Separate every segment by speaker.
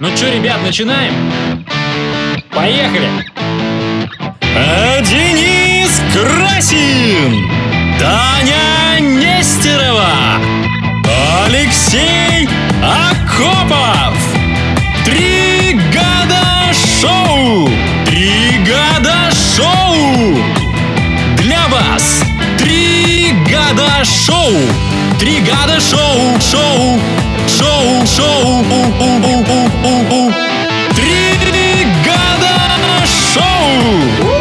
Speaker 1: Ну чё, ребят, начинаем? Поехали!
Speaker 2: А Денис Красин, Таня Нестерова, Алексей Акопов. Три года шоу! Три года шоу! Для вас три года шоу! Три года шоу! Шоу! Шоу! Шоу! У, у, у, у, у, у. Три года шоу!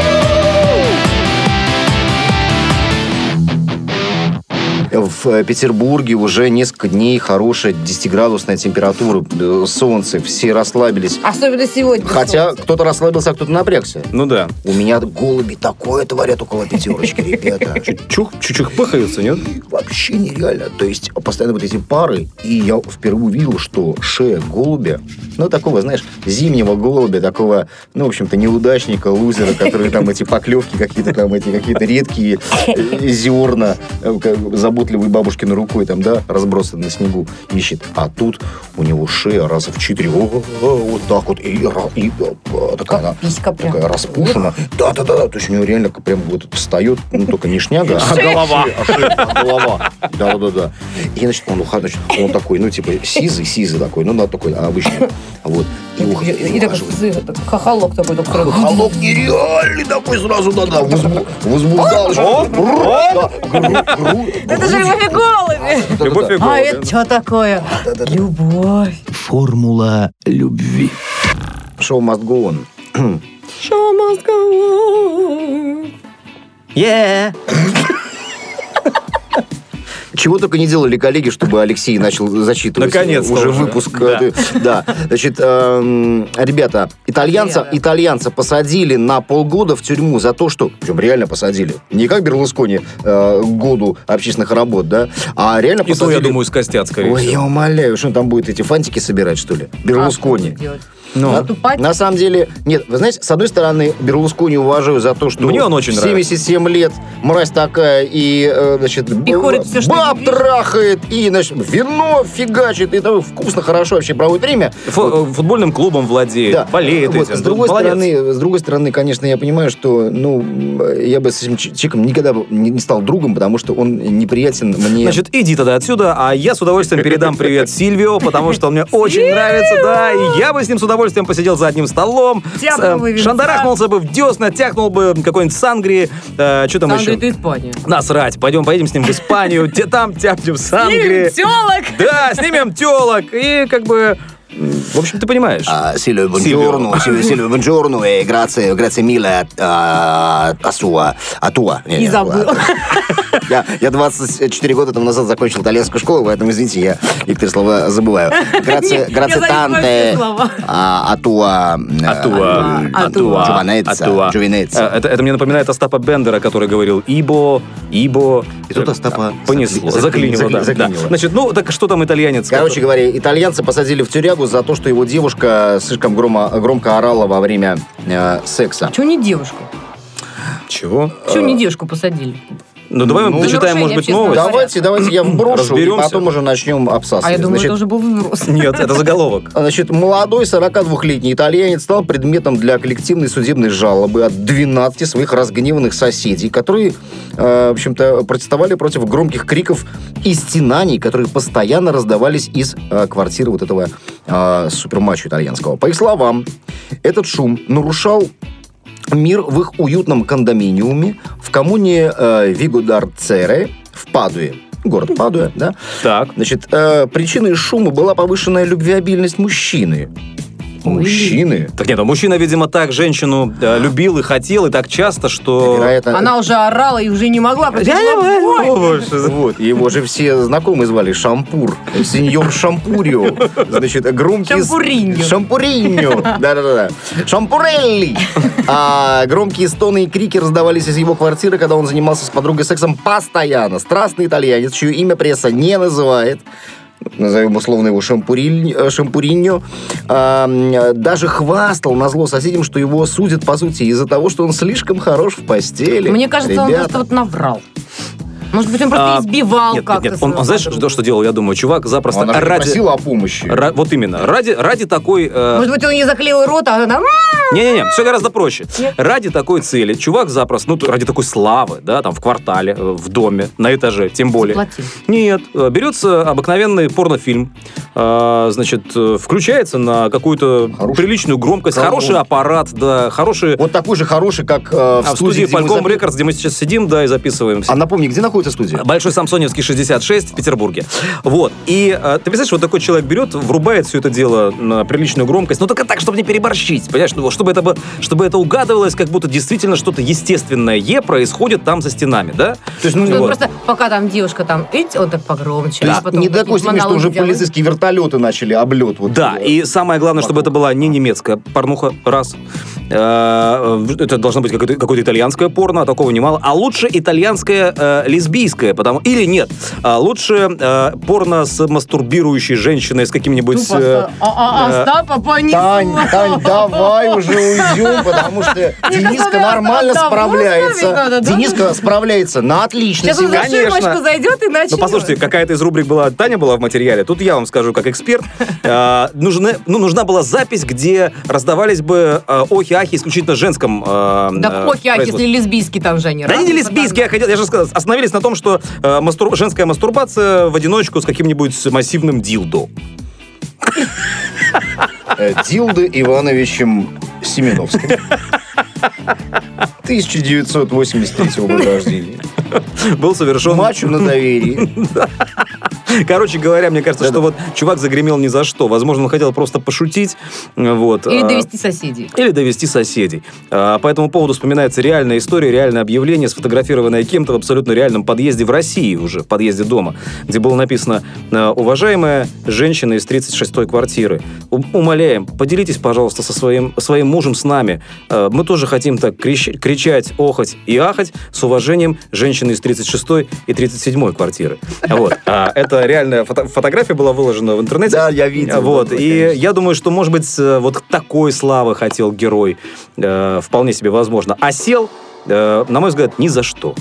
Speaker 3: В э, Петербурге уже несколько дней хорошая 10-градусная температура, э, солнце, все расслабились.
Speaker 4: Особенно сегодня.
Speaker 3: Хотя кто-то расслабился, а кто-то напрягся.
Speaker 5: Ну да.
Speaker 3: У меня голуби такое творят около пятерочки, ребята.
Speaker 5: Чух, чуть-чуть пыхаются, нет?
Speaker 3: Вообще нереально. То есть постоянно вот эти пары, и я впервые увидел, что шея голубя, ну, такого, знаешь, зимнего голубя, такого, ну, в общем-то, неудачника, лузера, который там эти поклевки какие-то там, эти какие-то редкие э, зерна э, как заботливой бабушкиной рукой там, да, разбросаны на снегу, ищет. А тут у него шея раза в четыре, о, о, о, вот так вот, и, ра- и, э, такая она,
Speaker 4: писька прям.
Speaker 3: такая распушена. Да-да-да, то есть у него реально как прям вот встает, ну, только не шняга, а
Speaker 5: голова.
Speaker 3: а шея, а голова. Да, да, да. И, значит, он уходит, значит, он такой, ну, типа, сизый, сизый такой, ну, да, такой, обычный. Вот. И, ух-
Speaker 4: И, и
Speaker 3: и
Speaker 4: такой
Speaker 3: ухаживает.
Speaker 4: зы- так, хохолок такой. так сразу.
Speaker 3: Холок нереальный такой сразу, да-да, возбу- возбуждал.
Speaker 5: Оп,
Speaker 3: Да, гру- гру-
Speaker 4: Это же любовь и голуби.
Speaker 3: да-да-да.
Speaker 5: Любовь и
Speaker 4: А
Speaker 5: голуби.
Speaker 4: это что такое?
Speaker 3: Да-да-да.
Speaker 4: Любовь.
Speaker 6: Формула любви.
Speaker 3: Шоу must go on.
Speaker 4: Show must go on.
Speaker 3: Чего только не делали коллеги, чтобы Алексей начал зачитывать.
Speaker 5: Наконец-то
Speaker 3: уже
Speaker 5: уже.
Speaker 3: выпуск. э, Да. Значит, эм, ребята, итальянца,
Speaker 4: Привет.
Speaker 3: итальянца посадили на полгода в тюрьму за то, что... Причем реально посадили. Не как Берлускони э, году общественных работ, да? А реально
Speaker 5: И то,
Speaker 3: посадили...
Speaker 5: я думаю, скостят, скорее
Speaker 3: Ой, я
Speaker 5: всего.
Speaker 3: умоляю, что он там будет эти фантики собирать, что ли?
Speaker 4: А,
Speaker 3: Берлускони.
Speaker 5: Ну.
Speaker 4: Отступать?
Speaker 3: На самом деле, нет, вы знаете, с одной стороны, Берлускони уважаю за то, что
Speaker 5: Мне он очень
Speaker 3: в 77 лет, мразь такая, и, э, значит,
Speaker 4: И
Speaker 3: б-
Speaker 4: хорит всё, что
Speaker 3: баб
Speaker 4: любит.
Speaker 3: трахает, и, значит, вино фигачит, и там вкусно, хорошо вообще проводит время.
Speaker 5: Фу- э, Футбольным клубом владеет,
Speaker 3: Да.
Speaker 5: болеет
Speaker 3: Вот,
Speaker 5: этим.
Speaker 3: С другой,
Speaker 5: Молодец.
Speaker 3: стороны, с другой стороны, конечно, я понимаю, что ну, м, я бы с этим ч- человеком никогда бы не не стал другом, потому что он неприятен мне.
Speaker 5: Значит, иди тогда отсюда, а я с удовольствием передам привет Сильвио, потому что он мне очень нравится, да, и я бы с ним с удовольствием посидел за одним столом,
Speaker 4: Тяпнул
Speaker 5: с, э,
Speaker 4: бы винца.
Speaker 5: шандарахнулся бы в десна, тяхнул бы какой-нибудь сангри, что там
Speaker 4: Там
Speaker 5: еще?
Speaker 4: говорит, Испания.
Speaker 5: Насрать, пойдем поедем с ним в Испанию, те там тяпнем сангри.
Speaker 4: Телок.
Speaker 5: Да, снимем телок и как бы, м, в общем, ты понимаешь.
Speaker 3: А, Сильвио
Speaker 5: Сильвио.
Speaker 3: Бонджорно, Сильвио Сильвио Бонджорно, э, грация, грация милая, а, асуа, атуа. Не,
Speaker 4: И
Speaker 3: не,
Speaker 4: забыл.
Speaker 3: атуа. Я, я 24 года тому назад закончил итальянскую школу, поэтому, извините, я некоторые слова забываю. Грация,
Speaker 4: Не,
Speaker 3: грация
Speaker 4: я забыла
Speaker 3: танте,
Speaker 4: все слова. А
Speaker 3: а, атуа, э,
Speaker 5: Атуа.
Speaker 3: э,
Speaker 4: Атуа.
Speaker 3: Джованеца,
Speaker 5: Атуа.
Speaker 3: Джованеца.
Speaker 5: а Э, Это, это мне напоминает Остапа Бендера, который говорил «Ибо», «Ибо». Э,
Speaker 3: И тут Остапа
Speaker 5: Понесло,
Speaker 3: закли-
Speaker 5: заклинило,
Speaker 3: закли-
Speaker 5: да,
Speaker 3: заклинило.
Speaker 5: да. Значит, ну, так что там итальянец?
Speaker 3: Короче говоря, итальянца посадили в тюрягу за то, что его девушка слишком громо- громко орала во время э, секса.
Speaker 4: Чего не девушку?
Speaker 5: Чего?
Speaker 4: Чего не девушку посадили?
Speaker 5: Ну, давай
Speaker 3: Ну,
Speaker 5: мы дочитаем, может быть,
Speaker 4: нарушение
Speaker 5: новость.
Speaker 4: общественного
Speaker 3: Давайте, давайте я вброшу, и
Speaker 5: Разберемся.
Speaker 3: потом уже начнем обсасывать.
Speaker 4: А я думаю,
Speaker 3: Значит,
Speaker 4: это уже был вброс.
Speaker 5: Нет, это заголовок.
Speaker 3: а Значит, молодой 42-летний итальянец стал предметом для коллективной судебной жалобы от 12 своих разгневанных соседей, которые, э, в общем-то, протестовали против громких криков и стенаний, которые постоянно раздавались из э, квартиры вот этого э, супермачо итальянского. По их словам, этот шум нарушал мир в их уютном кондоминиуме в коммуне э, Вигударцере в Падуе. Город Падуя, да?
Speaker 5: Так.
Speaker 3: Значит, э, причиной шума была повышенная любвеобильность мужчины. Мужчины?
Speaker 5: Так нет, а мужчина, видимо, так женщину э, любил и хотел, и так часто, что...
Speaker 3: Вероятно,
Speaker 4: Она уже орала и уже не могла. против него. Ой.
Speaker 3: вот, его же все знакомые звали Шампур, сеньор Шампурио. Значит, громкие... с-
Speaker 4: Шампуриньо.
Speaker 3: Шампуриньо. Да-да-да. Шампурелли. А, громкие стоны и крики раздавались из его квартиры, когда он занимался с подругой сексом постоянно. Страстный итальянец, чье имя пресса не называет, назовем условно его Шампуриль- э, Шампуриньо, а, м, даже хвастал на зло соседям, что его судят, по сути, из-за того, что он слишком хорош в постели.
Speaker 4: Мне кажется, он
Speaker 3: Ребята.
Speaker 4: просто вот наврал. Может быть, он просто
Speaker 5: А,
Speaker 4: избивал
Speaker 5: Нет,
Speaker 4: как-то.
Speaker 5: нет, нет. Он,
Speaker 4: своего
Speaker 5: он знаешь,
Speaker 4: подругу?
Speaker 5: что, что делал? Я думаю, чувак запросто
Speaker 3: а Она же не
Speaker 5: ради...
Speaker 3: просила о помощи.
Speaker 5: ра- вот именно. Ради, ради такой... э,
Speaker 4: Может быть, он не заклеил рот, а она...
Speaker 5: Не-не-не, все гораздо проще.
Speaker 4: Нет.
Speaker 5: Ради такой цели чувак запросто, ну, т- ради такой славы, да, там, в квартале, э, в доме, на этаже, тем более.
Speaker 4: Заплатил.
Speaker 5: Нет, э, берется обыкновенный порнофильм, э, значит, э, включается на какую-то
Speaker 3: Хороший.
Speaker 5: приличную громкость,
Speaker 3: Хороший.
Speaker 5: хороший аппарат, да, хороший...
Speaker 3: Вот такой же хороший, как э, в,
Speaker 5: а в студии
Speaker 3: где мы
Speaker 5: Фальком
Speaker 3: запи-
Speaker 5: Рекордс, где мы сейчас сидим, да, и записываемся.
Speaker 3: А напомни, где находится студия?
Speaker 5: Большой Самсоневский 66 в Петербурге. Вот. И э, ты представляешь, вот такой человек берет, врубает все это дело на приличную громкость, но только так, чтобы не переборщить, понимаешь? Ну, вот чтобы, это, бы- чтобы это угадывалось, как будто действительно что-то естественное е происходит там за стенами, да?
Speaker 3: То есть, ну,
Speaker 5: Вот.
Speaker 4: Ну, Просто пока там девушка там, видите, он так погромче.
Speaker 3: То
Speaker 4: а
Speaker 3: есть
Speaker 4: потом
Speaker 3: не до такой
Speaker 4: какие-то
Speaker 3: степени, что
Speaker 4: монологи
Speaker 3: уже
Speaker 4: делает.
Speaker 3: полицейские вертолеты начали облет. Вот,
Speaker 5: Да,
Speaker 3: э,
Speaker 5: и самое главное, чтобы это
Speaker 3: вокруг.
Speaker 5: была не немецкая порнуха, раз. Э, Это должно быть какое-то, какое-то итальянское порно, а такого немало. А лучше итальянское э, лесбийское, потому... Или нет, а лучше э, порно с мастурбирующей женщиной, с каким-нибудь...
Speaker 4: Тупо
Speaker 5: э,
Speaker 4: ста- А, а,
Speaker 5: э,
Speaker 4: Остапа понесло.
Speaker 3: Тань, Тань, давай уже уйдем, потому что Дениска
Speaker 4: казалось,
Speaker 3: нормально
Speaker 4: давно с нами
Speaker 3: справляется.
Speaker 4: надо, да?
Speaker 3: Дениска справляется на отлично.
Speaker 4: Сейчас он
Speaker 3: Сегодня
Speaker 4: за
Speaker 5: Конечно.
Speaker 4: ширмочку зайдет и начнет.
Speaker 5: Ну, послушайте, какая-то из рубрик была, Таня была в материале, тут я вам скажу, как эксперт, Э, нужны- ну, нужна была запись, где раздавались бы э, охи-ахи исключительно женском э,
Speaker 4: Да
Speaker 5: э,
Speaker 4: похи, а
Speaker 5: производстве.
Speaker 4: если лесбийские там же они.
Speaker 5: Да они не
Speaker 4: разные,
Speaker 5: лесбийские, я, хотел, я же сказал, остановились на том, что э, мастур- женская мастурбация в одиночку с каким-нибудь массивным дилдо.
Speaker 3: э, Дилды Ивановичем Семеновским. 1983 года рождения.
Speaker 5: Был совершен...
Speaker 3: Мачу на доверии.
Speaker 5: Короче говоря, мне кажется,
Speaker 3: Да-да.
Speaker 5: что вот чувак загремел ни за что. Возможно, он хотел просто пошутить. Вот,
Speaker 4: потому- Или
Speaker 5: а,
Speaker 4: довести соседей.
Speaker 5: или довести соседей. А, По этому поводу вспоминается реальная история, реальное объявление, сфотографированное кем-то в абсолютно реальном подъезде в России уже, в подъезде дома, где было написано э, «Уважаемая женщина из 36-й квартиры, у- умоляем, поделитесь, пожалуйста, со своим, своим мужем с нами. Э, Мы тоже хотим так крещ- кричать, охать и ахать с уважением женщины из 36-й и 37-й квартиры». Вот. А Это реальная фото- фотография была выложена в интернете.
Speaker 3: Да, я видел.
Speaker 5: А, Вот,
Speaker 3: Да,
Speaker 5: и
Speaker 3: конечно.
Speaker 5: я думаю, что, может быть, э, вот такой славы хотел герой. Э, Вполне себе возможно. А сел, э, на мой взгляд, ни за что.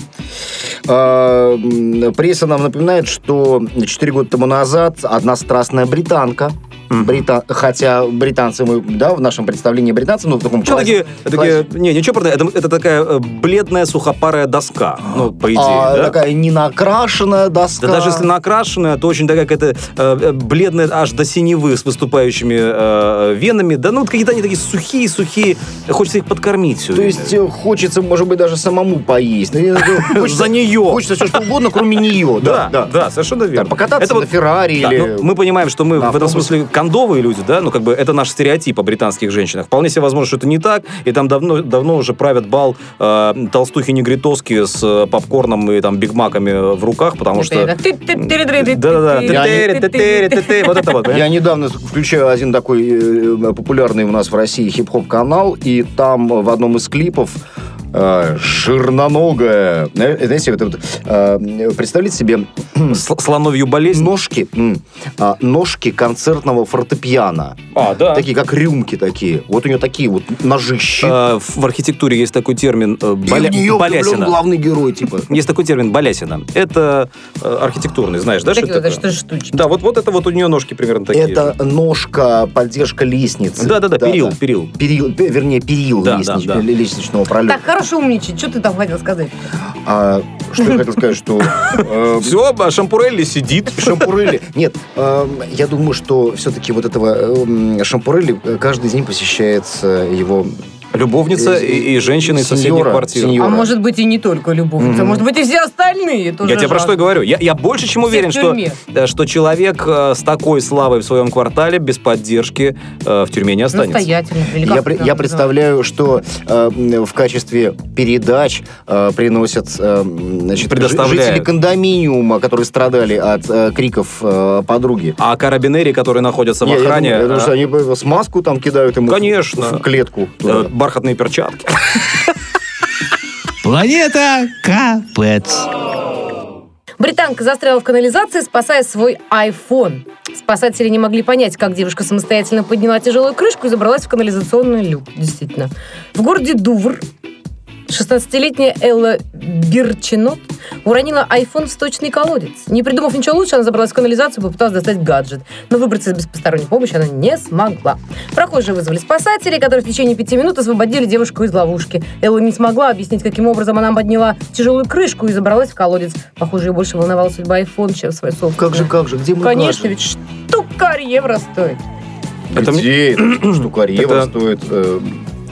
Speaker 3: А, м, Пресса нам напоминает, что 4 года тому назад одна страстная британка,
Speaker 5: Мгм.
Speaker 3: брита- хотя британцы мы, да, в нашем представлении британцы, ну, в таком
Speaker 5: Что
Speaker 3: классе-
Speaker 5: такие, э, такие, не, не чопорные, это, это такая э, бледная сухопарая доска, ну, по идее,
Speaker 3: а,
Speaker 5: да?
Speaker 3: такая ненакрашенная доска.
Speaker 5: Да даже если накрашенная, то очень такая какая-то э, э, бледная, аж до синевы с выступающими э, венами. Да ну, вот какие-то они такие сухие-сухие, хочется их подкормить все
Speaker 3: То есть э, хочется, может быть, даже самому поесть. Ну, я говорю,
Speaker 5: за
Speaker 3: Хочется,
Speaker 5: нее.
Speaker 3: хочется все что угодно, кроме нее.
Speaker 5: Да, да, совершенно верно.
Speaker 3: Да, покататься
Speaker 5: Это
Speaker 3: на
Speaker 5: вот
Speaker 3: Феррари
Speaker 5: Да,
Speaker 3: или...
Speaker 5: ну, мы понимаем, что мы
Speaker 3: Да,
Speaker 5: в этом
Speaker 3: автобус.
Speaker 5: смысле кондовые люди, да, ну как бы это наш стереотип о британских женщинах. Вполне себе возможно, что это не так, и там давно, давно уже правят бал э, толстухи-негритоски с э, попкорном и там бигмаками в руках, потому что... Да-да-да. Тетери, тетери, тетери, Вот это вот.
Speaker 3: Я недавно включаю один такой э, популярный у нас в России хип-хоп канал, и там в одном из клипов э, жирноногая, э, знаете, вот это вот, э, представляете себе
Speaker 5: понимаешь? С- Слоновью болезнь.
Speaker 3: ножки, м, а, ножки концертного фортепиано,
Speaker 1: А, да.
Speaker 3: такие как рюмки такие, вот у нее такие вот ножищи,
Speaker 5: Э, В в архитектуре есть такой термин э,
Speaker 3: и
Speaker 5: боля-
Speaker 3: в нее влюблен
Speaker 5: болясина.
Speaker 3: главный герой типа.
Speaker 5: Есть такой термин болясина. Это э, архитектурный, знаешь, да, что это
Speaker 4: Это
Speaker 5: такое?
Speaker 4: что за штучки?
Speaker 5: Да, вот, вот это вот у нее ножки примерно такие.
Speaker 3: Это ножка, поддержка лестницы.
Speaker 5: Да-да-да, перил, перил.
Speaker 3: Перил, пе- вернее, перил
Speaker 5: Да,
Speaker 3: лестнич-
Speaker 5: да, да.
Speaker 3: лестничного пролета.
Speaker 4: Так, хорошо умничать. Что ты там хотел сказать?
Speaker 3: А, что я хотел сказать, что... э,
Speaker 5: Все, а Шампурелли сидит.
Speaker 3: Шампурели. Нет, эм, я думаю, что все-таки вот этого эм, шампурели э, каждый день посещается его...
Speaker 5: Любовница и, и женщина из соседней
Speaker 3: Э, Сеньора,
Speaker 5: квартиры.
Speaker 3: сеньора.
Speaker 4: А
Speaker 3: Юра.
Speaker 4: может быть и не только любовница,
Speaker 3: Мгм.
Speaker 4: может быть и все остальные тоже.
Speaker 5: Я тебе про
Speaker 4: жалко.
Speaker 5: что и говорю. Я, я больше чем
Speaker 4: Все
Speaker 5: уверен,
Speaker 4: в
Speaker 5: что,
Speaker 4: тюрьме.
Speaker 5: э, что человек э, с такой славой в своем квартале без поддержки э, в тюрьме не останется.
Speaker 4: Настоятельно. или
Speaker 3: Я,
Speaker 4: как
Speaker 3: пре-
Speaker 4: это
Speaker 3: я
Speaker 4: там
Speaker 3: представляю, что э, м, в качестве передач э, приносят э, м, значит,
Speaker 5: Предоставляют.
Speaker 3: жители кондоминиума, которые страдали от э, криков э, подруги.
Speaker 5: А карабинери, которые находятся в
Speaker 3: Не, я
Speaker 5: охране,
Speaker 3: думаю, я думаю,
Speaker 5: э,
Speaker 3: что они бы смазку там кидают ему в-
Speaker 5: Конечно.
Speaker 3: в клетку.
Speaker 5: э,
Speaker 3: туда.
Speaker 5: бархатные перчатки.
Speaker 6: Планета Капец.
Speaker 4: Британка застряла в канализации, спасая свой iPhone. Спасатели не могли понять, как девушка самостоятельно подняла тяжелую крышку и забралась в канализационный люк. Действительно. В городе Дувр 16-летняя Элла Бирчинот уронила iPhone в сточный колодец. Не придумав ничего лучше, она забралась в канализацию и попыталась достать гаджет. Но выбраться без посторонней помощи она не смогла. Прохожие вызвали спасателей, которые в течение пяти минут освободили девушку из ловушки. Элла не смогла объяснить, каким образом она подняла тяжелую крышку и забралась в колодец. Похоже, ее больше волновала судьба iPhone, чем свой собственный.
Speaker 3: Как же, как же, где мы
Speaker 4: Конечно, ведь штукарь евро стоит.
Speaker 5: Это мне-
Speaker 3: Где эта штука евро
Speaker 5: Это-
Speaker 3: стоит? э,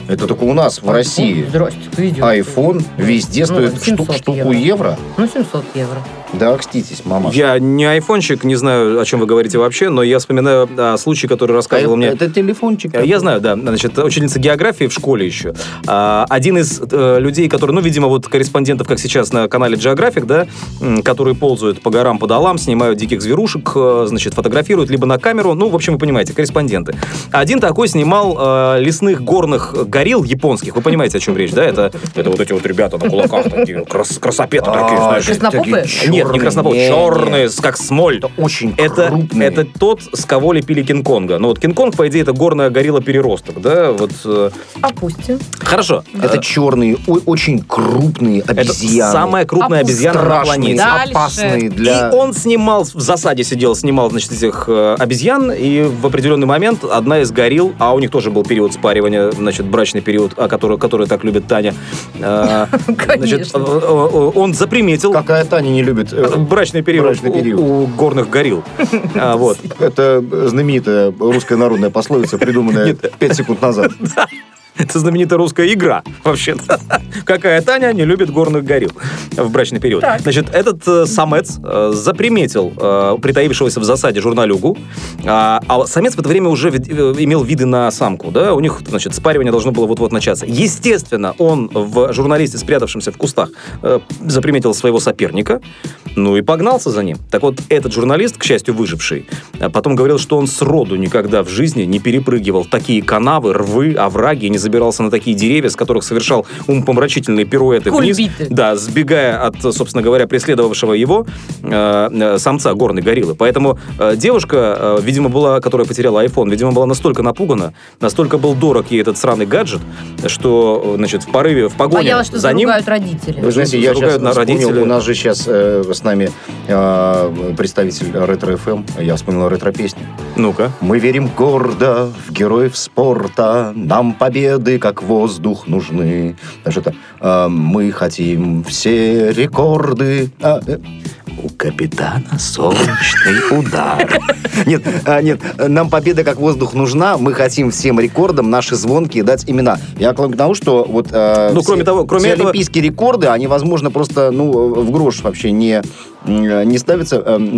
Speaker 3: Это только у нас, в России.
Speaker 4: Здрасте, ты идиот.
Speaker 3: Айфон везде
Speaker 4: Ну,
Speaker 3: стоит шту-
Speaker 4: 700
Speaker 3: штуку евро.
Speaker 4: Ну, 700 евро.
Speaker 3: Да, кститесь, мама.
Speaker 5: Я не айфончик, не знаю, о чем вы говорите вообще, но я вспоминаю о случае, который рассказывал
Speaker 3: Ай-
Speaker 5: мне...
Speaker 3: А Это телефончик.
Speaker 5: Э, Я знаю, да. Значит, ученица географии в школе еще. А, Один из э, людей, который, ну, видимо, вот корреспондентов, как сейчас на канале Geographic, да, м, которые ползают по горам, по долам, снимают диких зверушек, э, значит, фотографируют либо на камеру, ну, в общем, вы понимаете, корреспонденты. Один такой снимал э, лесных горных горилл японских, вы понимаете, о чем речь, да? Это, это вот эти вот ребята на кулаках такие, крас- красопеты
Speaker 3: А,
Speaker 5: такие, знаешь.
Speaker 4: Краснопопы?
Speaker 5: Нет, не краснопол, черные, с- как смоль.
Speaker 3: Это очень
Speaker 5: Это,
Speaker 3: крупные.
Speaker 5: это тот, с кого лепили Кинг-Конга. Ну вот Кинг-Конг, по идее, это горная горилла переросток, да? Вот, э,
Speaker 4: Опустим.
Speaker 5: хорошо.
Speaker 3: Это
Speaker 5: Э,
Speaker 3: черные, о- очень крупные
Speaker 5: это
Speaker 3: обезьяны.
Speaker 5: самая крупная
Speaker 4: Опустим.
Speaker 5: обезьяна на
Speaker 3: страшные,
Speaker 5: планете.
Speaker 4: Да. Дальше.
Speaker 3: опасные для...
Speaker 5: И он снимал, в засаде сидел, снимал, значит, этих э, обезьян, и в определенный момент одна из горил, а у них тоже был период спаривания, значит, брачный период, о который, который так любит Таня, э, значит, э,
Speaker 4: Конечно.
Speaker 5: э, он заприметил
Speaker 3: Какая Таня не любит?
Speaker 5: э,
Speaker 3: э,
Speaker 5: брачный период,
Speaker 3: Брачный
Speaker 5: у-
Speaker 3: период.
Speaker 5: У, горных горил. А, Вот.
Speaker 3: Это знаменитая русская народная пословица, придуманная
Speaker 5: Нет.
Speaker 3: 5 секунд назад.
Speaker 5: Это знаменитая русская игра, вообще-то. Какая Таня не любит горных горилл в брачный период.
Speaker 4: Так.
Speaker 5: Значит, этот э, самец э, заприметил э, притаившегося в засаде журналюгу, а, а самец в это время уже вид- э, имел виды на самку, да, у них, значит, спаривание должно было вот-вот начаться. Естественно, он в журналисте, спрятавшемся в кустах, э, заприметил своего соперника, ну и погнался за ним. Так вот, этот журналист, к счастью, выживший, а потом говорил, что он сроду никогда в жизни не перепрыгивал такие канавы, рвы, овраги, и не забирался на такие деревья, с которых совершал умопомрачительные пируэты вниз.
Speaker 4: Кульбиты.
Speaker 5: Да, сбегая от, собственно говоря, преследовавшего его э, э, самца горной гориллы. Поэтому э, девушка, э, видимо, была, которая потеряла iPhone, видимо, была настолько напугана, настолько был дорог ей этот сраный гаджет, что, э, значит, в порыве, в погоне
Speaker 4: Боялась, А что
Speaker 5: за ним...
Speaker 4: заругают родители.
Speaker 3: Вы знаете, я
Speaker 5: Заругают
Speaker 3: сейчас
Speaker 5: на родителей.
Speaker 3: вспомнил, у нас же сейчас с нами э, представитель ретро-ФМ, я вспомнил ретро-песню.
Speaker 5: Ну-ка.
Speaker 3: Мы верим гордо в героев спорта, нам победы, как воздух, нужны. Даже это э, мы хотим все рекорды. А, э, у капитана солнечный удар. Нет, а, нет, нам победа как воздух нужна, мы хотим всем рекордам наши звонкие дать имена. Я клоню к тому, что вот э,
Speaker 5: Ну, кроме того- кроме
Speaker 3: все
Speaker 5: этого-
Speaker 3: олимпийские рекорды, они, возможно, просто ну, э, в грош вообще не, м, не ставятся э, м,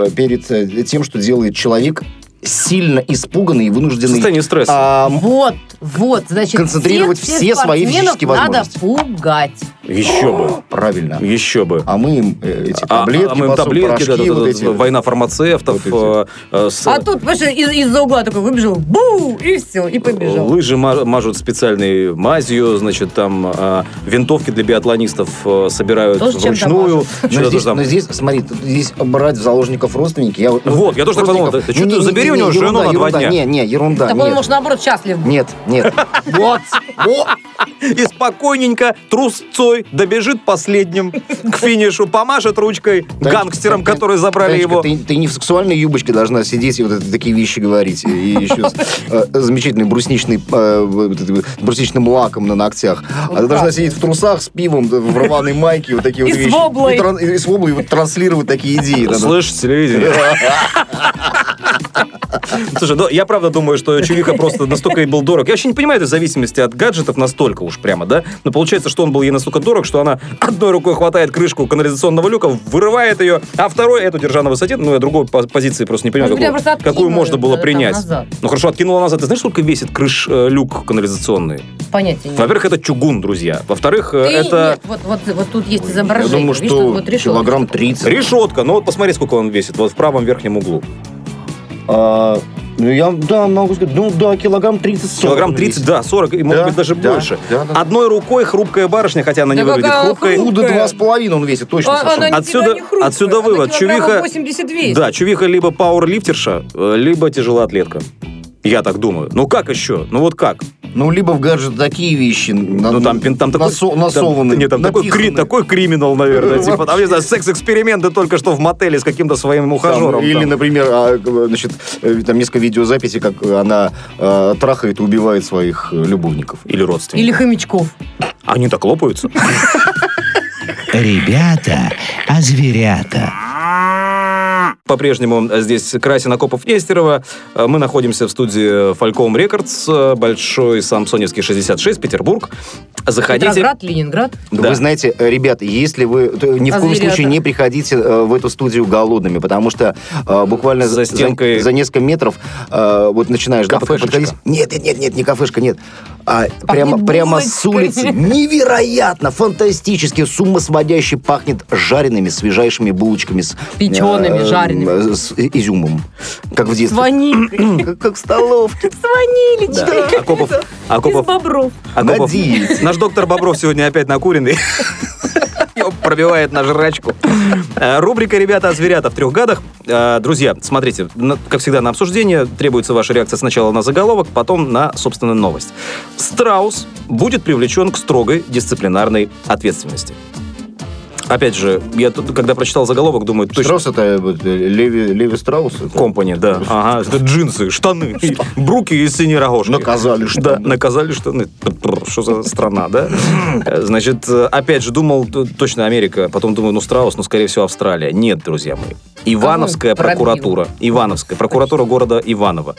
Speaker 3: э, перед э, тем, что делает человек сильно испуганный и
Speaker 5: В
Speaker 3: вынужденный
Speaker 5: состоянии стресса.
Speaker 3: а, м,
Speaker 4: Вот, вот, значит,
Speaker 3: Концентрировать
Speaker 4: всех-
Speaker 3: все свои
Speaker 4: спортсменов
Speaker 3: физические
Speaker 4: надо
Speaker 3: возможности.
Speaker 4: пугать.
Speaker 5: Еще бы.
Speaker 3: правильно.
Speaker 5: Еще бы.
Speaker 3: А мы им э, эти
Speaker 5: А-
Speaker 3: таблетки,
Speaker 5: а мы им
Speaker 3: потом
Speaker 5: таблетки, да,
Speaker 3: порошки
Speaker 5: да, да,
Speaker 3: вот
Speaker 5: да,
Speaker 3: эти.
Speaker 5: война фармацевтов,
Speaker 3: Вот
Speaker 5: э, э, с-
Speaker 4: А тут, понимаешь, из- из-за угла такой выбежал, бу, и все, и побежал.
Speaker 5: Лыжи ма- мажут специальной мазью, значит, там э, винтовки для биатлонистов э, собирают
Speaker 4: Тоже чем-то
Speaker 5: вручную.
Speaker 4: мажут.
Speaker 5: Что-то
Speaker 3: Но здесь,
Speaker 5: там.
Speaker 3: но здесь, смотри, тут здесь брать в заложников родственники. Я, вот- ну,
Speaker 5: Вот, я тоже так подумал,
Speaker 3: родственников-
Speaker 5: да что ты,
Speaker 3: Не-не-не-не,
Speaker 5: забери у него жену
Speaker 3: ерунда,
Speaker 5: на два
Speaker 3: ерунда. Не,
Speaker 5: дня.
Speaker 3: не, ерунда.
Speaker 4: Так
Speaker 3: нет.
Speaker 4: он, может, наоборот, счастлив был.
Speaker 3: Нет, нет.
Speaker 5: Вот. И спокойненько трусцой добежит последним к финишу, помашет ручкой гангстерам,
Speaker 3: Танечка,
Speaker 5: которые забрали
Speaker 3: Танечка,
Speaker 5: его.
Speaker 3: Ты, ты не в сексуальной юбочке должна сидеть и вот это- такие вещи говорить. И еще с э, замечательной брусничной, э, вот этой вот брусничным лаком на ногтях. А ты должна сидеть в трусах с пивом, да, в рваной майке, вот такие
Speaker 4: И
Speaker 3: вот
Speaker 4: с
Speaker 3: вещи.
Speaker 4: воблой.
Speaker 3: И тран- И с воблой вот транслировать такие идеи. да, ну.
Speaker 5: Слышь, телевидение. Слушай, ну, я правда думаю, что Чувиха просто настолько ей был дорог. Я вообще не понимаю этой зависимости от гаджетов настолько уж прямо, да? Но получается, что он был ей настолько дорог, что она одной рукой хватает крышку канализационного люка, вырывает ее, а второй эту держа на высоте. Ну, я другой по- позиции просто не понимаю,
Speaker 4: Ну, тебя
Speaker 5: какую,
Speaker 4: просто откинуло
Speaker 5: какую можно было
Speaker 4: там
Speaker 5: принять.
Speaker 4: назад.
Speaker 5: Ну хорошо, откинула назад. Ты знаешь, сколько весит крыш э, люк канализационный?
Speaker 4: Понятия нет.
Speaker 5: Во-первых, это чугун, друзья. Во-вторых, э,
Speaker 4: Ты-
Speaker 5: это
Speaker 4: Нет, вот, вот, вот тут есть
Speaker 3: Я
Speaker 4: изображение.
Speaker 3: думаю,
Speaker 4: Видишь, тут
Speaker 3: что
Speaker 4: вот решетка.
Speaker 3: килограмм 30.
Speaker 5: решетка. Ну вот посмотри, сколько он весит. Вот в правом верхнем углу.
Speaker 3: А, Ну, я, да, могу сказать, ну, да, килограмм 30.
Speaker 5: Килограмм 30, да, 40, и может
Speaker 3: Да,
Speaker 5: быть даже
Speaker 3: да,
Speaker 5: больше. А,
Speaker 3: да, да.
Speaker 5: Одной рукой хрупкая барышня, хотя она не
Speaker 4: Да
Speaker 5: выглядит
Speaker 4: какая
Speaker 5: хрупкой.
Speaker 3: Ну,
Speaker 4: хрупкая.
Speaker 3: до
Speaker 5: Э,
Speaker 3: два с половиной он весит, точно,
Speaker 4: А-
Speaker 3: Саша.
Speaker 4: она ни
Speaker 5: Отсюда-
Speaker 4: фига не хрупкая,
Speaker 5: отсюда
Speaker 4: она
Speaker 5: вывод,
Speaker 4: килограммов
Speaker 5: чувиха-
Speaker 4: 80 весит.
Speaker 5: Да, чувиха либо пауэрлифтерша, э, либо тяжелоатлетка. Я так думаю. Ну как еще? Ну вот как?
Speaker 3: Ну, либо в гаджет такие вещи. на-
Speaker 5: Ну, там, пин- там такой...
Speaker 3: насо-
Speaker 5: там-
Speaker 3: насованы,
Speaker 5: нет, там такой, кри-
Speaker 3: напиханы.
Speaker 5: такой криминал, наверное. Типа, там, не знаю, секс-эксперименты только что в мотеле с каким-то своим
Speaker 3: Там,
Speaker 5: ухажером.
Speaker 3: или,
Speaker 5: там.
Speaker 3: например, а, э, значит, э, там несколько видеозаписей, как она э, трахает и убивает своих э, любовников.
Speaker 5: Или родственник.
Speaker 4: Или хомячков.
Speaker 5: Они так лопаются.
Speaker 6: Ребята, а зверята.
Speaker 5: По-прежнему э, здесь Красин Акопов Нестерова. Э, Мы находимся в студии Falcom Records, э, большой Самсоневский 66, Петербург. Заходите.
Speaker 4: Петроград, Ленинград.
Speaker 3: Да.
Speaker 5: Да.
Speaker 3: Вы знаете, э, ребята, если вы то ни в
Speaker 4: А
Speaker 3: коем
Speaker 4: зверята?
Speaker 3: случае не приходите э, в эту студию голодными, потому что э, буквально
Speaker 5: За стенкой-
Speaker 3: за, несколько метров э, вот начинаешь да,
Speaker 5: Кафешечка.
Speaker 3: подходить. Нет, нет, нет, нет, не кафешка, нет. А прямо, прямо с
Speaker 4: булочкой.
Speaker 3: улицы. Невероятно, фантастически, сумасводяще пахнет жареными, свежайшими булочками с...
Speaker 4: Печеными,
Speaker 3: э,
Speaker 4: жареными.
Speaker 3: э, С изюмом, как в
Speaker 4: С
Speaker 3: детстве.
Speaker 4: ванилькой.
Speaker 3: Как, как в столовке.
Speaker 4: С ванилечкой.
Speaker 5: Акопов,
Speaker 4: Из
Speaker 5: Акопов,
Speaker 4: бобров.
Speaker 5: Акопов.
Speaker 3: Надеюсь.
Speaker 5: Наш доктор Бобров сегодня опять накуренный. Его пробивает на жрачку. Э, Рубрика «Ребята о зверята в трех гадах». Э, Друзья, смотрите, на- как всегда на обсуждение требуется ваша реакция сначала на заголовок, потом на, собственно, новость. Страус будет привлечен к строгой дисциплинарной ответственности. Опять же, я тут, когда прочитал заголовок, думаю, точно...
Speaker 3: Штраус это вот, э, Леви, Леви Страус. это?
Speaker 5: Компани, да. Ага, это джинсы, штаны, бруки и синие рогожки.
Speaker 3: Наказали, что
Speaker 5: Да, наказали, что... ну, пр- Что за страна, да? Э, Значит, э, опять же, думал, т- точно Америка, потом думаю, ну, Страус, ну, скорее всего, Австралия. Нет, друзья мои. Ивановская
Speaker 4: Кого он пробил?
Speaker 5: прокуратура. Ивановская. Прокуратура города Иваново.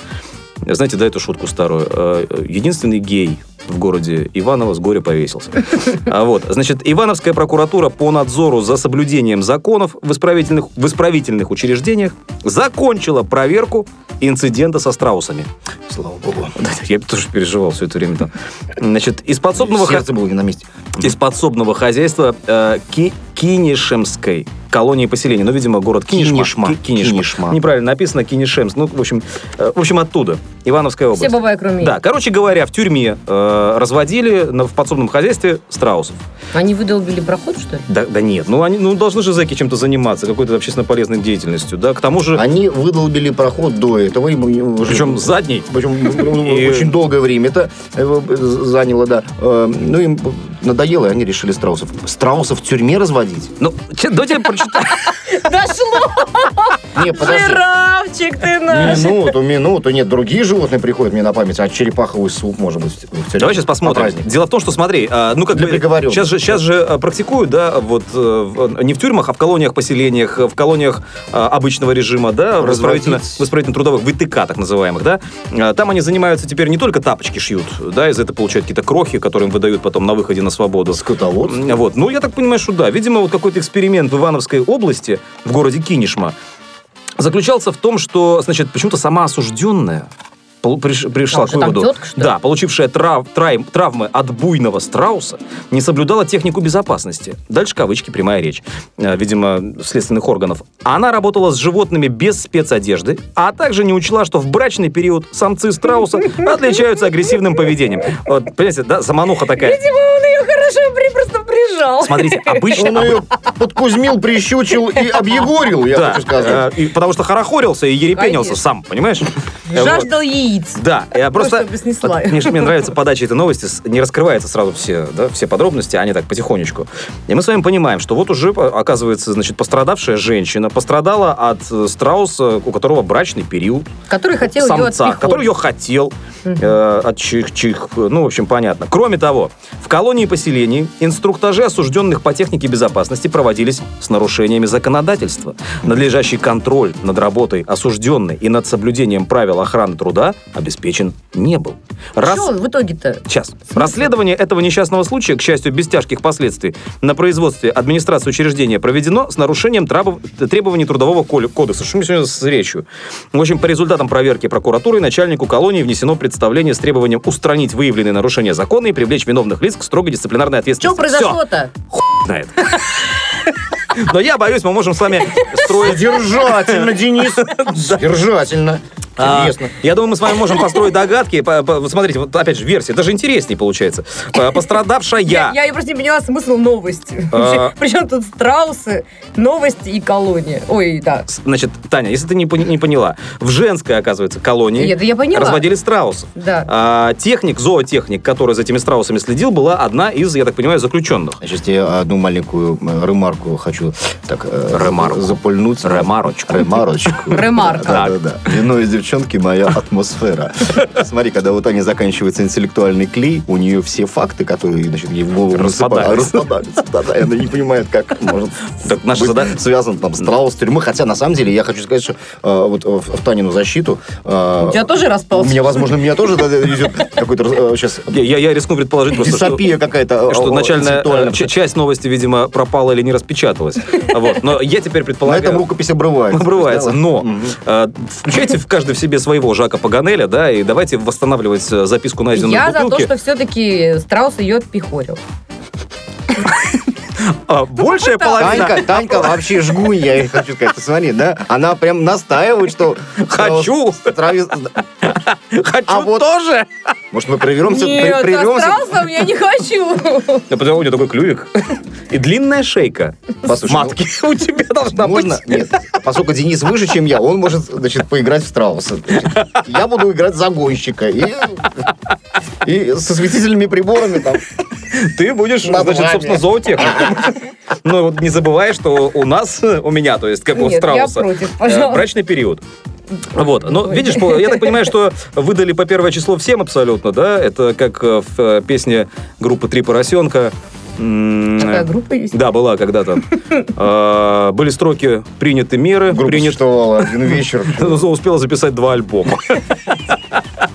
Speaker 5: Знаете, да, эту шутку старую? Э, э, Единственный гей в городе Иваново с горя повесился. А Вот, значит, Ивановская прокуратура по надзору за соблюдением законов в исправительных, в исправительных учреждениях закончила проверку инцидента со страусами.
Speaker 3: Слава богу.
Speaker 5: Да, Я тоже переживал все это время там. Значит, из подсобного, хо-
Speaker 3: Сердце было не на месте.
Speaker 5: из подсобного хозяйства э, Ки- Кинишемской колонии поселения. Ну, видимо, город Кинешма.
Speaker 3: Кинешма.
Speaker 5: Ки- Кинешма.
Speaker 3: Кинешма.
Speaker 5: Неправильно написано Кинишемск. Ну, в общем, э, в общем, оттуда. Ивановская область.
Speaker 4: Все бабай, кроме
Speaker 5: Да, короче говоря, в тюрьме э, разводили на- в подсобном хозяйстве страусов.
Speaker 4: их. Они выдолбили проход, что ли?
Speaker 5: Да, да нет, ну они ну, должны же зэки чем-то заниматься, какой-то общественно полезной деятельностью. Да, к тому же,
Speaker 3: Они выдолбили проход до этого. и мы э, уже-
Speaker 5: причем задний.
Speaker 3: Причем
Speaker 5: И-
Speaker 3: ну, очень долгое время это э, заняло, да. Э, Ну, им надоело, и они решили страусов. Страусов в тюрьме разводить?
Speaker 5: Ну, че- давайте я прочитаю.
Speaker 4: Дошло! А
Speaker 3: Не, подожди.
Speaker 4: Жирафчик ты наш!
Speaker 3: Минуту, минуту. Нет, другие животные приходят мне на память. А черепаховый суп, может быть, в тюрьме.
Speaker 5: Давай сейчас
Speaker 3: На
Speaker 5: посмотрим.
Speaker 3: праздник.
Speaker 5: Дело в том, что смотри, а, ну как
Speaker 3: Для приговоренных.
Speaker 5: сейчас же сейчас же а, практикуют, да, вот э, в- не в тюрьмах, а в колониях, поселениях, э, в колониях а, обычного режима, да, в
Speaker 3: Разводить.
Speaker 5: исправительно, в исправительно-трудовых ВТК так называемых, да. А, Там они занимаются теперь не только тапочки шьют, да, из за этого получают какие-то крохи, которые им выдают потом на выходе на свободу.
Speaker 3: Скотовод.
Speaker 5: М, Вот. Ну, я так понимаю, что да. Видимо, вот какой-то эксперимент в Ивановской области, в городе Кинешма, заключался в том, что, значит, почему-то сама осужденная пол- приш- пришла
Speaker 4: А,
Speaker 5: к
Speaker 4: что там
Speaker 5: выводу.
Speaker 4: тетка, что ли?
Speaker 5: да, получившая трав- трайм- травмы от буйного страуса, не соблюдала технику безопасности. Дальше кавычки, прямая речь. Э, Видимо, следственных органов. Она работала с животными без спецодежды, а также не учла, что в брачный период самцы страуса отличаются агрессивным поведением. Вот, понимаете, да, замануха такая.
Speaker 4: Видимо, он ее хорошо при- просто прижал.
Speaker 5: Смотрите, обычно...
Speaker 3: Он ее Ну, подкузмил, прищучил и объегорил, я
Speaker 5: Да,
Speaker 3: хочу сказать.
Speaker 5: э, и потому что хорохорился и ерепенился
Speaker 4: Конечно.
Speaker 5: сам, понимаешь? Э, вот.
Speaker 4: Жаждал яиц.
Speaker 5: Да, я просто...
Speaker 4: чтобы снесла.
Speaker 5: вот Мне, ж- мне нравится подача этой новости, с- не раскрывается сразу все, да, все подробности, они так потихонечку. И мы с вами понимаем, что вот уже, по- оказывается, значит, пострадавшая женщина пострадала от э, страуса, у которого брачный период,
Speaker 4: Который хотел ее
Speaker 5: самца,
Speaker 4: отпихнуть.
Speaker 5: который ее хотел, э, от чих, чих, ну, в общем, понятно. Кроме того, в колонии и поселении инструктажи осужденных по технике безопасности проводились с нарушениями законодательства. Надлежащий контроль над работой осужденной и над соблюдением правил охраны труда обеспечен не был. Рас-
Speaker 4: Что он в итоге-то?
Speaker 5: Сейчас. Расследование этого несчастного случая, к счастью, без тяжких последствий, на производстве администрации учреждения проведено с нарушением трабов- требований Трудового коли- кодекса. Что у меня сегодня с речью? В общем, по результатам проверки прокуратуры начальнику колонии внесено представление с требованием устранить выявленные нарушения закона и привлечь виновных лиц к строгой дисциплинарной ответственности.
Speaker 4: Что произошло-то?
Speaker 5: Всё, знает. Но я боюсь, мы можем с вами строить
Speaker 3: Держательно, Денис. Держательно.
Speaker 5: э, А,
Speaker 3: Интересно.
Speaker 5: я думаю, мы с вами можем построить догадки. По- по- вот Смотрите, вот опять же, версия. Даже интереснее получается. По- Пострадавшая.
Speaker 4: Я, я и просто не поняла смысл новости.
Speaker 5: А.
Speaker 4: Вообще, Причем тут страусы, новости и колония. Ой, да.
Speaker 5: С- Значит, Таня, если ты не, пон- не поняла, в женской, оказывается, колонии
Speaker 4: Я, да я поняла.
Speaker 5: разводили страусов.
Speaker 4: Да.
Speaker 5: А, техник, зоотехник, который за этими страусами следил, была одна из, я так понимаю, заключенных.
Speaker 3: Сейчас я одну маленькую э, ремарку хочу так э,
Speaker 5: Ремарку.
Speaker 3: запульнуть.
Speaker 5: Ремарочку.
Speaker 3: Ремарочку.
Speaker 4: Ремарка.
Speaker 3: Да, да, да. Вино из девчонки моя атмосфера. Смотри, когда у Тани заканчивается интеллектуальный клей, у нее все факты, которые значит, ей в голову насыпают, распадаются. Да-да, и она не понимает, как может
Speaker 5: Так наша
Speaker 3: быть
Speaker 5: задача-
Speaker 3: связан там страус, тюрьмы. Хотя, на самом деле, я хочу сказать, что э, вот э, в в Танину защиту... э,
Speaker 4: У тебя тоже
Speaker 3: у
Speaker 4: распался?
Speaker 3: меня, возможно, у меня тоже да, да, идет какой-то сейчас
Speaker 5: Я, я- я рискну предположить просто, что-
Speaker 3: дисопия какая-то. э,
Speaker 5: что
Speaker 3: э,
Speaker 5: начальная
Speaker 3: интеллектуальная.
Speaker 5: э, ч- часть новости, видимо, пропала или не распечаталась. Вот. Но я теперь
Speaker 3: На
Speaker 5: предполагаю...
Speaker 3: этом рукопись обрывается.
Speaker 5: Обрывается.
Speaker 3: Да,
Speaker 5: Но
Speaker 3: вот. Мгм.
Speaker 5: э, включайте в каждый в себе своего Жака Паганеля, да, и давайте восстанавливать э, записку найденную
Speaker 4: Я
Speaker 5: в
Speaker 4: за то,
Speaker 5: бутылке.
Speaker 4: что все-таки страус ее отпихорил.
Speaker 5: А, большая половина...
Speaker 3: Танька, Танька вообще жгунь, я ей хочу сказать. Посмотри, да? Она прям настаивает, что...
Speaker 5: Хочу.
Speaker 3: Травис-
Speaker 5: Хочу
Speaker 3: А вот-
Speaker 5: тоже!
Speaker 3: Может, мы приберемся?
Speaker 4: Нет,
Speaker 3: при-
Speaker 4: со
Speaker 3: приберемся?
Speaker 4: страусом я не хочу.
Speaker 5: Да потому у нее такой клювик. И длинная шейка.
Speaker 3: Послушай, ну,
Speaker 5: Матки у тебя должна
Speaker 3: Можно?
Speaker 5: быть.
Speaker 3: Нет. Поскольку Денис выше, чем я, он может, значит, поиграть в страуса. Значит, Я буду играть за гонщика. И, и со светительными приборами там.
Speaker 5: Ты будешь,
Speaker 3: Над
Speaker 5: значит,
Speaker 3: вами.
Speaker 5: собственно, зоотехником. Но вот не забывай, что у нас, у меня, то есть, как у
Speaker 4: Нет, я
Speaker 5: страуса,
Speaker 4: против,
Speaker 5: э,
Speaker 4: пожалуйста.
Speaker 5: брачный период. Вот, ну, видишь, по- я так понимаю, что выдали по первое число всем абсолютно, да? Это как э, в э, песне группы «Три поросенка». М,
Speaker 4: Такая группа есть.
Speaker 5: Да, была когда-то. Э, Были строки «Приняты меры»,
Speaker 3: Группа
Speaker 5: «Принят...» Э,
Speaker 3: существовала один вечер.
Speaker 5: Успела записать два альбома.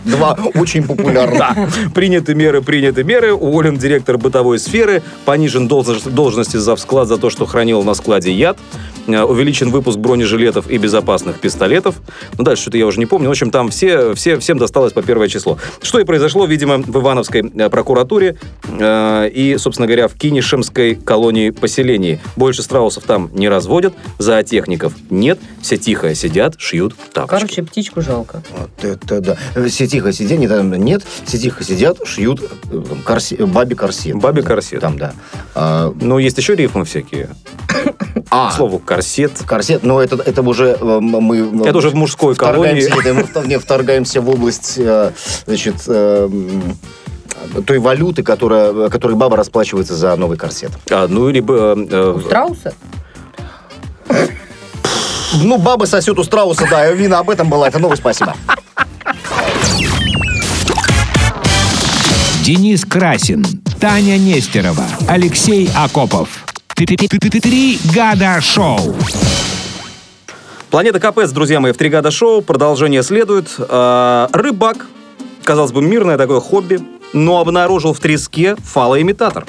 Speaker 3: Два очень популярных.
Speaker 5: Да. Приняты меры, приняты меры. Уволен директор бытовой сферы. Понижен должность- должности за склад за то, что хранил на складе яд. Э, Увеличен выпуск бронежилетов и безопасных пистолетов. Ну, дальше что-то я уже не помню. В общем, там все, все, всем досталось по первое число. Что и произошло, видимо, в Ивановской э, прокуратуре э, и, собственно говоря, в Кинешемской колонии-поселении. Больше страусов там не разводят, зоотехников нет, все тихо сидят, шьют тапочки.
Speaker 4: Короче, птичку жалко.
Speaker 3: Вот это да. Э, Все тихо сидят, не там нет, все тихо сидят, шьют э, там, корсе- э, бабе корсет.
Speaker 5: Бабе корсет.
Speaker 3: Там, да. А,
Speaker 5: Но есть еще рифмы всякие.
Speaker 3: а,
Speaker 5: К слову, корсет,
Speaker 3: корсет, но это, это уже э, м- мы... м,
Speaker 5: Это уже в мужской колонии.
Speaker 3: вторгаемся, нет, мы втор- не, вторгаемся в область, э, значит, э, м, той валюты, которая, которой баба расплачивается за новый корсет.
Speaker 5: А, ну, либо... э, э,
Speaker 4: У страуса?
Speaker 3: Ну, баба сосет у страуса, да, именно об этом была эта новость, спасибо.
Speaker 6: Денис Красин, Таня Нестерова, Алексей Акопов. Три года шоу.
Speaker 5: Планета Капец, друзья мои, в три года шоу. Продолжение следует. А, рыбак, казалось бы, мирное такое хобби, но обнаружил в треске фалоимитатор.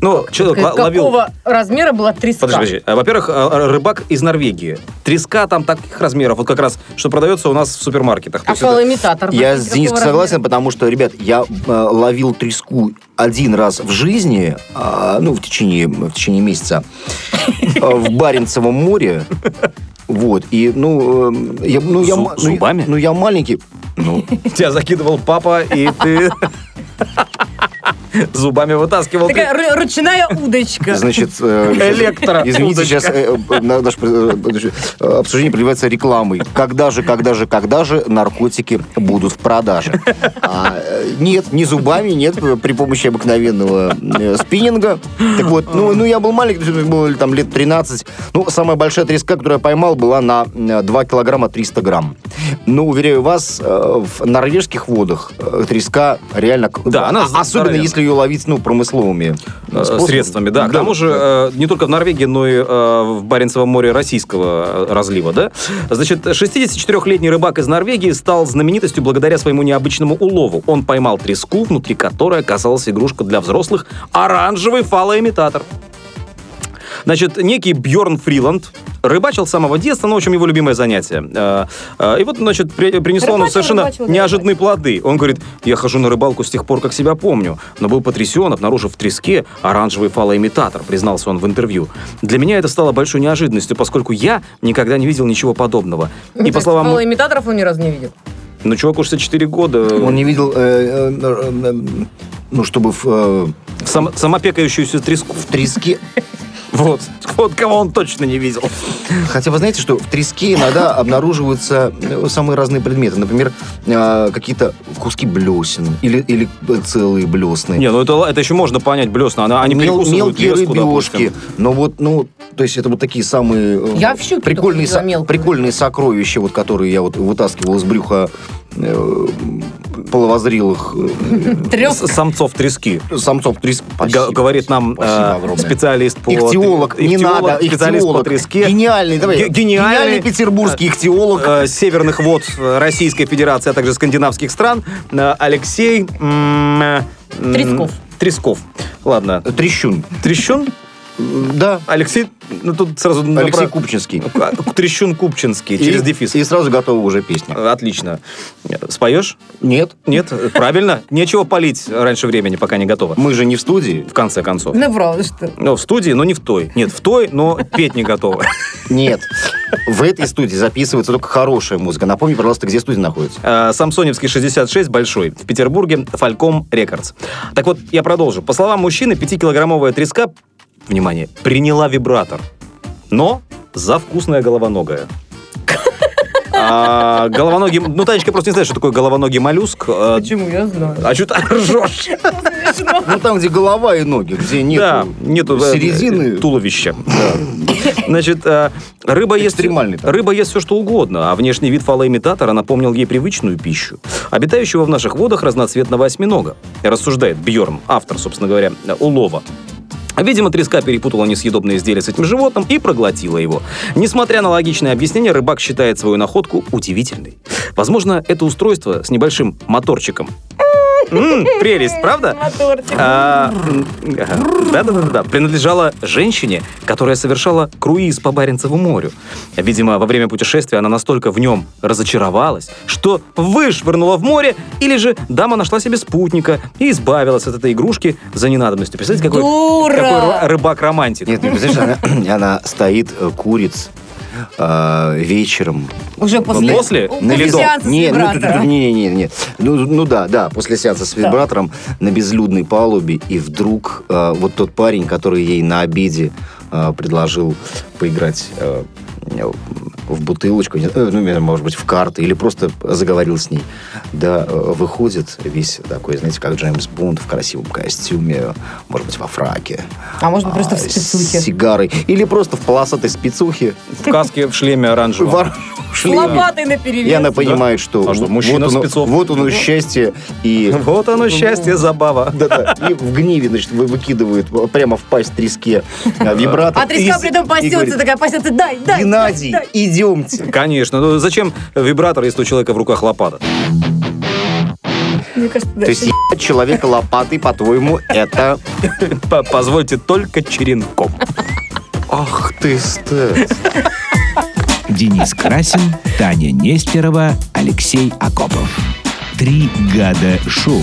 Speaker 5: Ну, человек л- ловил...
Speaker 4: Какого размера была треска?
Speaker 5: Подожди, подожди. А, Во-первых, а, рыбак из Норвегии. Треска там таких размеров, вот как раз, что продается у нас в супермаркетах. То
Speaker 4: А
Speaker 5: есть это-
Speaker 4: фалоимитатор?
Speaker 3: Я с
Speaker 4: Какого
Speaker 3: Дениском
Speaker 4: размера?
Speaker 3: согласен, потому что, ребят, я э, ловил треску один раз в жизни, а, ну, в течение, в течение месяца, э, в Баренцевом море. Вот, и, ну, э, я, ну, я,
Speaker 5: Зу-
Speaker 3: ма- ну, я-
Speaker 5: зубами?
Speaker 3: Ну, я маленький. Ну,
Speaker 5: Тебя закидывал папа, и ты... Зубами вытаскивал
Speaker 4: Такая ру- ручная удочка.
Speaker 3: значит... э, сейчас-
Speaker 5: Электро.
Speaker 3: Извините, сейчас э, э, на- наше э, э, обсуждение проливается рекламой. Когда же, когда же, когда же наркотики будут в продаже? А, э, нет, не зубами, нет, э, при помощи обыкновенного э, спиннинга. Так вот, ну, ну я был маленький, то есть мне было там лет 13. Ну, самая большая треска, которую я поймал, была на э, 2 килограмма 300 грамм. Но, уверяю вас, э, в норвежских водах э, треска реально... к-
Speaker 5: Да, она
Speaker 3: а- Особенно
Speaker 5: здоровенная.
Speaker 3: если ее ловить, ну, промысловыми
Speaker 5: Э,
Speaker 3: э, способами.
Speaker 5: средствами, да. К тому же, э, не только в Норвегии, но и э, в Баренцевом море российского э, разлива, да. Значит, 64-летний рыбак из Норвегии стал знаменитостью благодаря своему необычному улову. Он поймал треску, внутри которой оказалась игрушка для взрослых оранжевый фалоимитатор. Значит, некий Бьорн Фриланд рыбачил с самого детства, ну, в общем, его любимое занятие. Э, э, И вот, значит, при- принесло оно
Speaker 4: Рыбачил,
Speaker 5: совершенно
Speaker 4: рыбачил,
Speaker 5: неожиданные плоды. Он говорит, я хожу на рыбалку с тех пор, как себя помню, но был потрясен, обнаружив в треске оранжевый фалоимитатор, признался он в интервью. Для меня это стало большой неожиданностью, поскольку я никогда не видел ничего подобного. И по словам...
Speaker 4: имитаторов он ни разу не видел.
Speaker 5: Ну, чувак уже 4 года.
Speaker 3: Он не видел, э, э, э, э, ну, чтобы в, э,
Speaker 5: Сам, самопекающуюся треску.
Speaker 3: в треске...
Speaker 5: Вот. Вот кого он точно не видел.
Speaker 3: Хотя вы знаете, что в треске иногда обнаруживаются э, самые разные предметы. Например, э, какие-то куски блесен или, или э, целые блесны.
Speaker 5: Не, ну это, л- это еще можно понять, блесна. Она, они
Speaker 3: Мел-
Speaker 5: перекусывают
Speaker 3: мелкие
Speaker 5: леску,
Speaker 3: рыбешки.
Speaker 5: допустим.
Speaker 3: Но вот, ну, то есть это вот такие самые э,
Speaker 4: Я в щуке только
Speaker 3: прикольные,
Speaker 4: видела
Speaker 3: со-
Speaker 4: мелкую.
Speaker 3: прикольные сокровища, вот которые я вот вытаскивал из брюха э, половозрелых э,
Speaker 4: Трёх.
Speaker 5: С- Самцов трески.
Speaker 3: самцов трес-
Speaker 5: Г-
Speaker 3: Спасибо.
Speaker 5: говорит нам
Speaker 3: Спасибо
Speaker 5: э,
Speaker 3: огромное.
Speaker 5: специалист по...
Speaker 3: Ихтиолог, не
Speaker 5: ихтиолог,
Speaker 3: надо,
Speaker 5: Специалист по
Speaker 3: ихтиолог.
Speaker 5: треске.
Speaker 3: Гениальный, давай.
Speaker 5: Ге- гениальный.
Speaker 3: петербургский ихтиолог.
Speaker 5: э, северных вод э, Российской Федерации, а также скандинавских стран, э, Алексей... м, э, м,
Speaker 4: Тресков.
Speaker 5: Тресков. Ладно.
Speaker 3: Трещун.
Speaker 5: Трещун?
Speaker 3: Да,
Speaker 5: Алексей... Ну, тут сразу...
Speaker 3: Алексей
Speaker 5: направо-
Speaker 3: Купчинский.
Speaker 5: К- а, Трещун Купчинский, через
Speaker 3: И-
Speaker 5: дефис.
Speaker 3: И сразу готова уже песня.
Speaker 5: Э, Отлично. Споешь?
Speaker 3: Нет,
Speaker 5: Нет? Э, Правильно. Нечего палить раньше времени, пока не готово.
Speaker 3: мы же не в студии.
Speaker 5: В конце концов.
Speaker 4: Ну, правда, что?
Speaker 5: Ну, в студии, но не в той. Нет, в той, но петь не готова.
Speaker 3: Нет. В этой студии записывается только хорошая музыка. Напомни, пожалуйста, где студия находится.
Speaker 5: Э, Самсоневский 66, Большой, в Петербурге, Фальком Рекордс. Так вот, я продолжу. По словам мужчины, 5-килограммовая треска, внимание, приняла вибратор, но за вкусное головоногое. А, головоногий... Ну, Танечка просто не знает, что такое головоногий моллюск. Э,
Speaker 4: Почему? Я знаю.
Speaker 5: А что ты ржешь?
Speaker 3: Ну, там, где голова и ноги, где нет
Speaker 5: Да, нету э,
Speaker 3: середины.
Speaker 5: туловища. Значит, э, рыба ест...
Speaker 3: Экстремальный такой.
Speaker 5: Рыба ест все, что угодно, а внешний вид фалоимитатора напомнил ей привычную пищу, обитающего в наших водах разноцветного осьминога, рассуждает Бьорн, автор, собственно говоря, улова. Видимо, треска перепутала несъедобное изделие с этим животным и проглотила его. Несмотря на логичное объяснение, рыбак считает свою находку удивительной. Возможно, это устройство с небольшим моторчиком. М, прелесть, правда? А, м, ага. Да-да-да-да. Принадлежала женщине, которая совершала круиз по Баренцеву морю. Видимо, во время путешествия она настолько в нем разочаровалась, что вышвырнула в море, или же дама нашла себе спутника и избавилась от этой игрушки за ненадобностью. Представляете, какой,
Speaker 4: Дура!
Speaker 5: какой ры- рыбак-романтик.
Speaker 3: Нет, ты представляешь, она, она стоит, э, курит э, вечером.
Speaker 4: Уже после...
Speaker 5: Ну, После?
Speaker 4: у-
Speaker 5: На
Speaker 4: после
Speaker 5: ледок.
Speaker 4: сеанса с
Speaker 3: не, ну, тут-
Speaker 4: вибратором.
Speaker 3: тут- не, не, не, не. Ну, ну да, да, после сеанса с вибратором на безлюдной палубе, и вдруг э, вот тот парень, который ей на обеде э, предложил поиграть э, в бутылочку, не- э, ну, не знаю, может быть, в карты, или просто заговорил с ней, да, э, выходит весь такой, знаете, как Джеймс Бонд в красивом костюме, может быть, во фраке.
Speaker 4: А может быть, просто
Speaker 3: а,
Speaker 4: в
Speaker 3: с
Speaker 4: спецухе.
Speaker 3: сигарой. Или просто в полосатой спицухе.
Speaker 5: В каске, в шлеме оранжевом.
Speaker 3: Вор-
Speaker 4: С лопатой наперевес.
Speaker 3: и она понимает, что,
Speaker 5: А что,
Speaker 3: вот-
Speaker 5: мужчина
Speaker 3: вот,
Speaker 5: в
Speaker 3: оно,
Speaker 5: спецовке?
Speaker 3: вот оно счастье, и,
Speaker 5: Вот оно счастье, забава.
Speaker 3: да-да, и в гневе, значит, вы- выкидывает прямо в пасть треске а, вибратор.
Speaker 4: А треска
Speaker 3: И-
Speaker 4: при этом
Speaker 3: и
Speaker 4: пасется,
Speaker 3: говорит,
Speaker 4: такая пасется, дай, дай,
Speaker 3: Геннадий,
Speaker 4: дай,
Speaker 3: идемте.
Speaker 5: Конечно. Ну, зачем вибратор, если у человека в руках лопата?
Speaker 4: дай». Мне кажется, да.
Speaker 3: То есть ебать человека лопатой, по-твоему, это...
Speaker 5: П- Позвольте только черенком.
Speaker 3: Ах ты, стыд.
Speaker 6: Денис Красин, Таня Нестерова, Алексей Акопов. Три года шоу.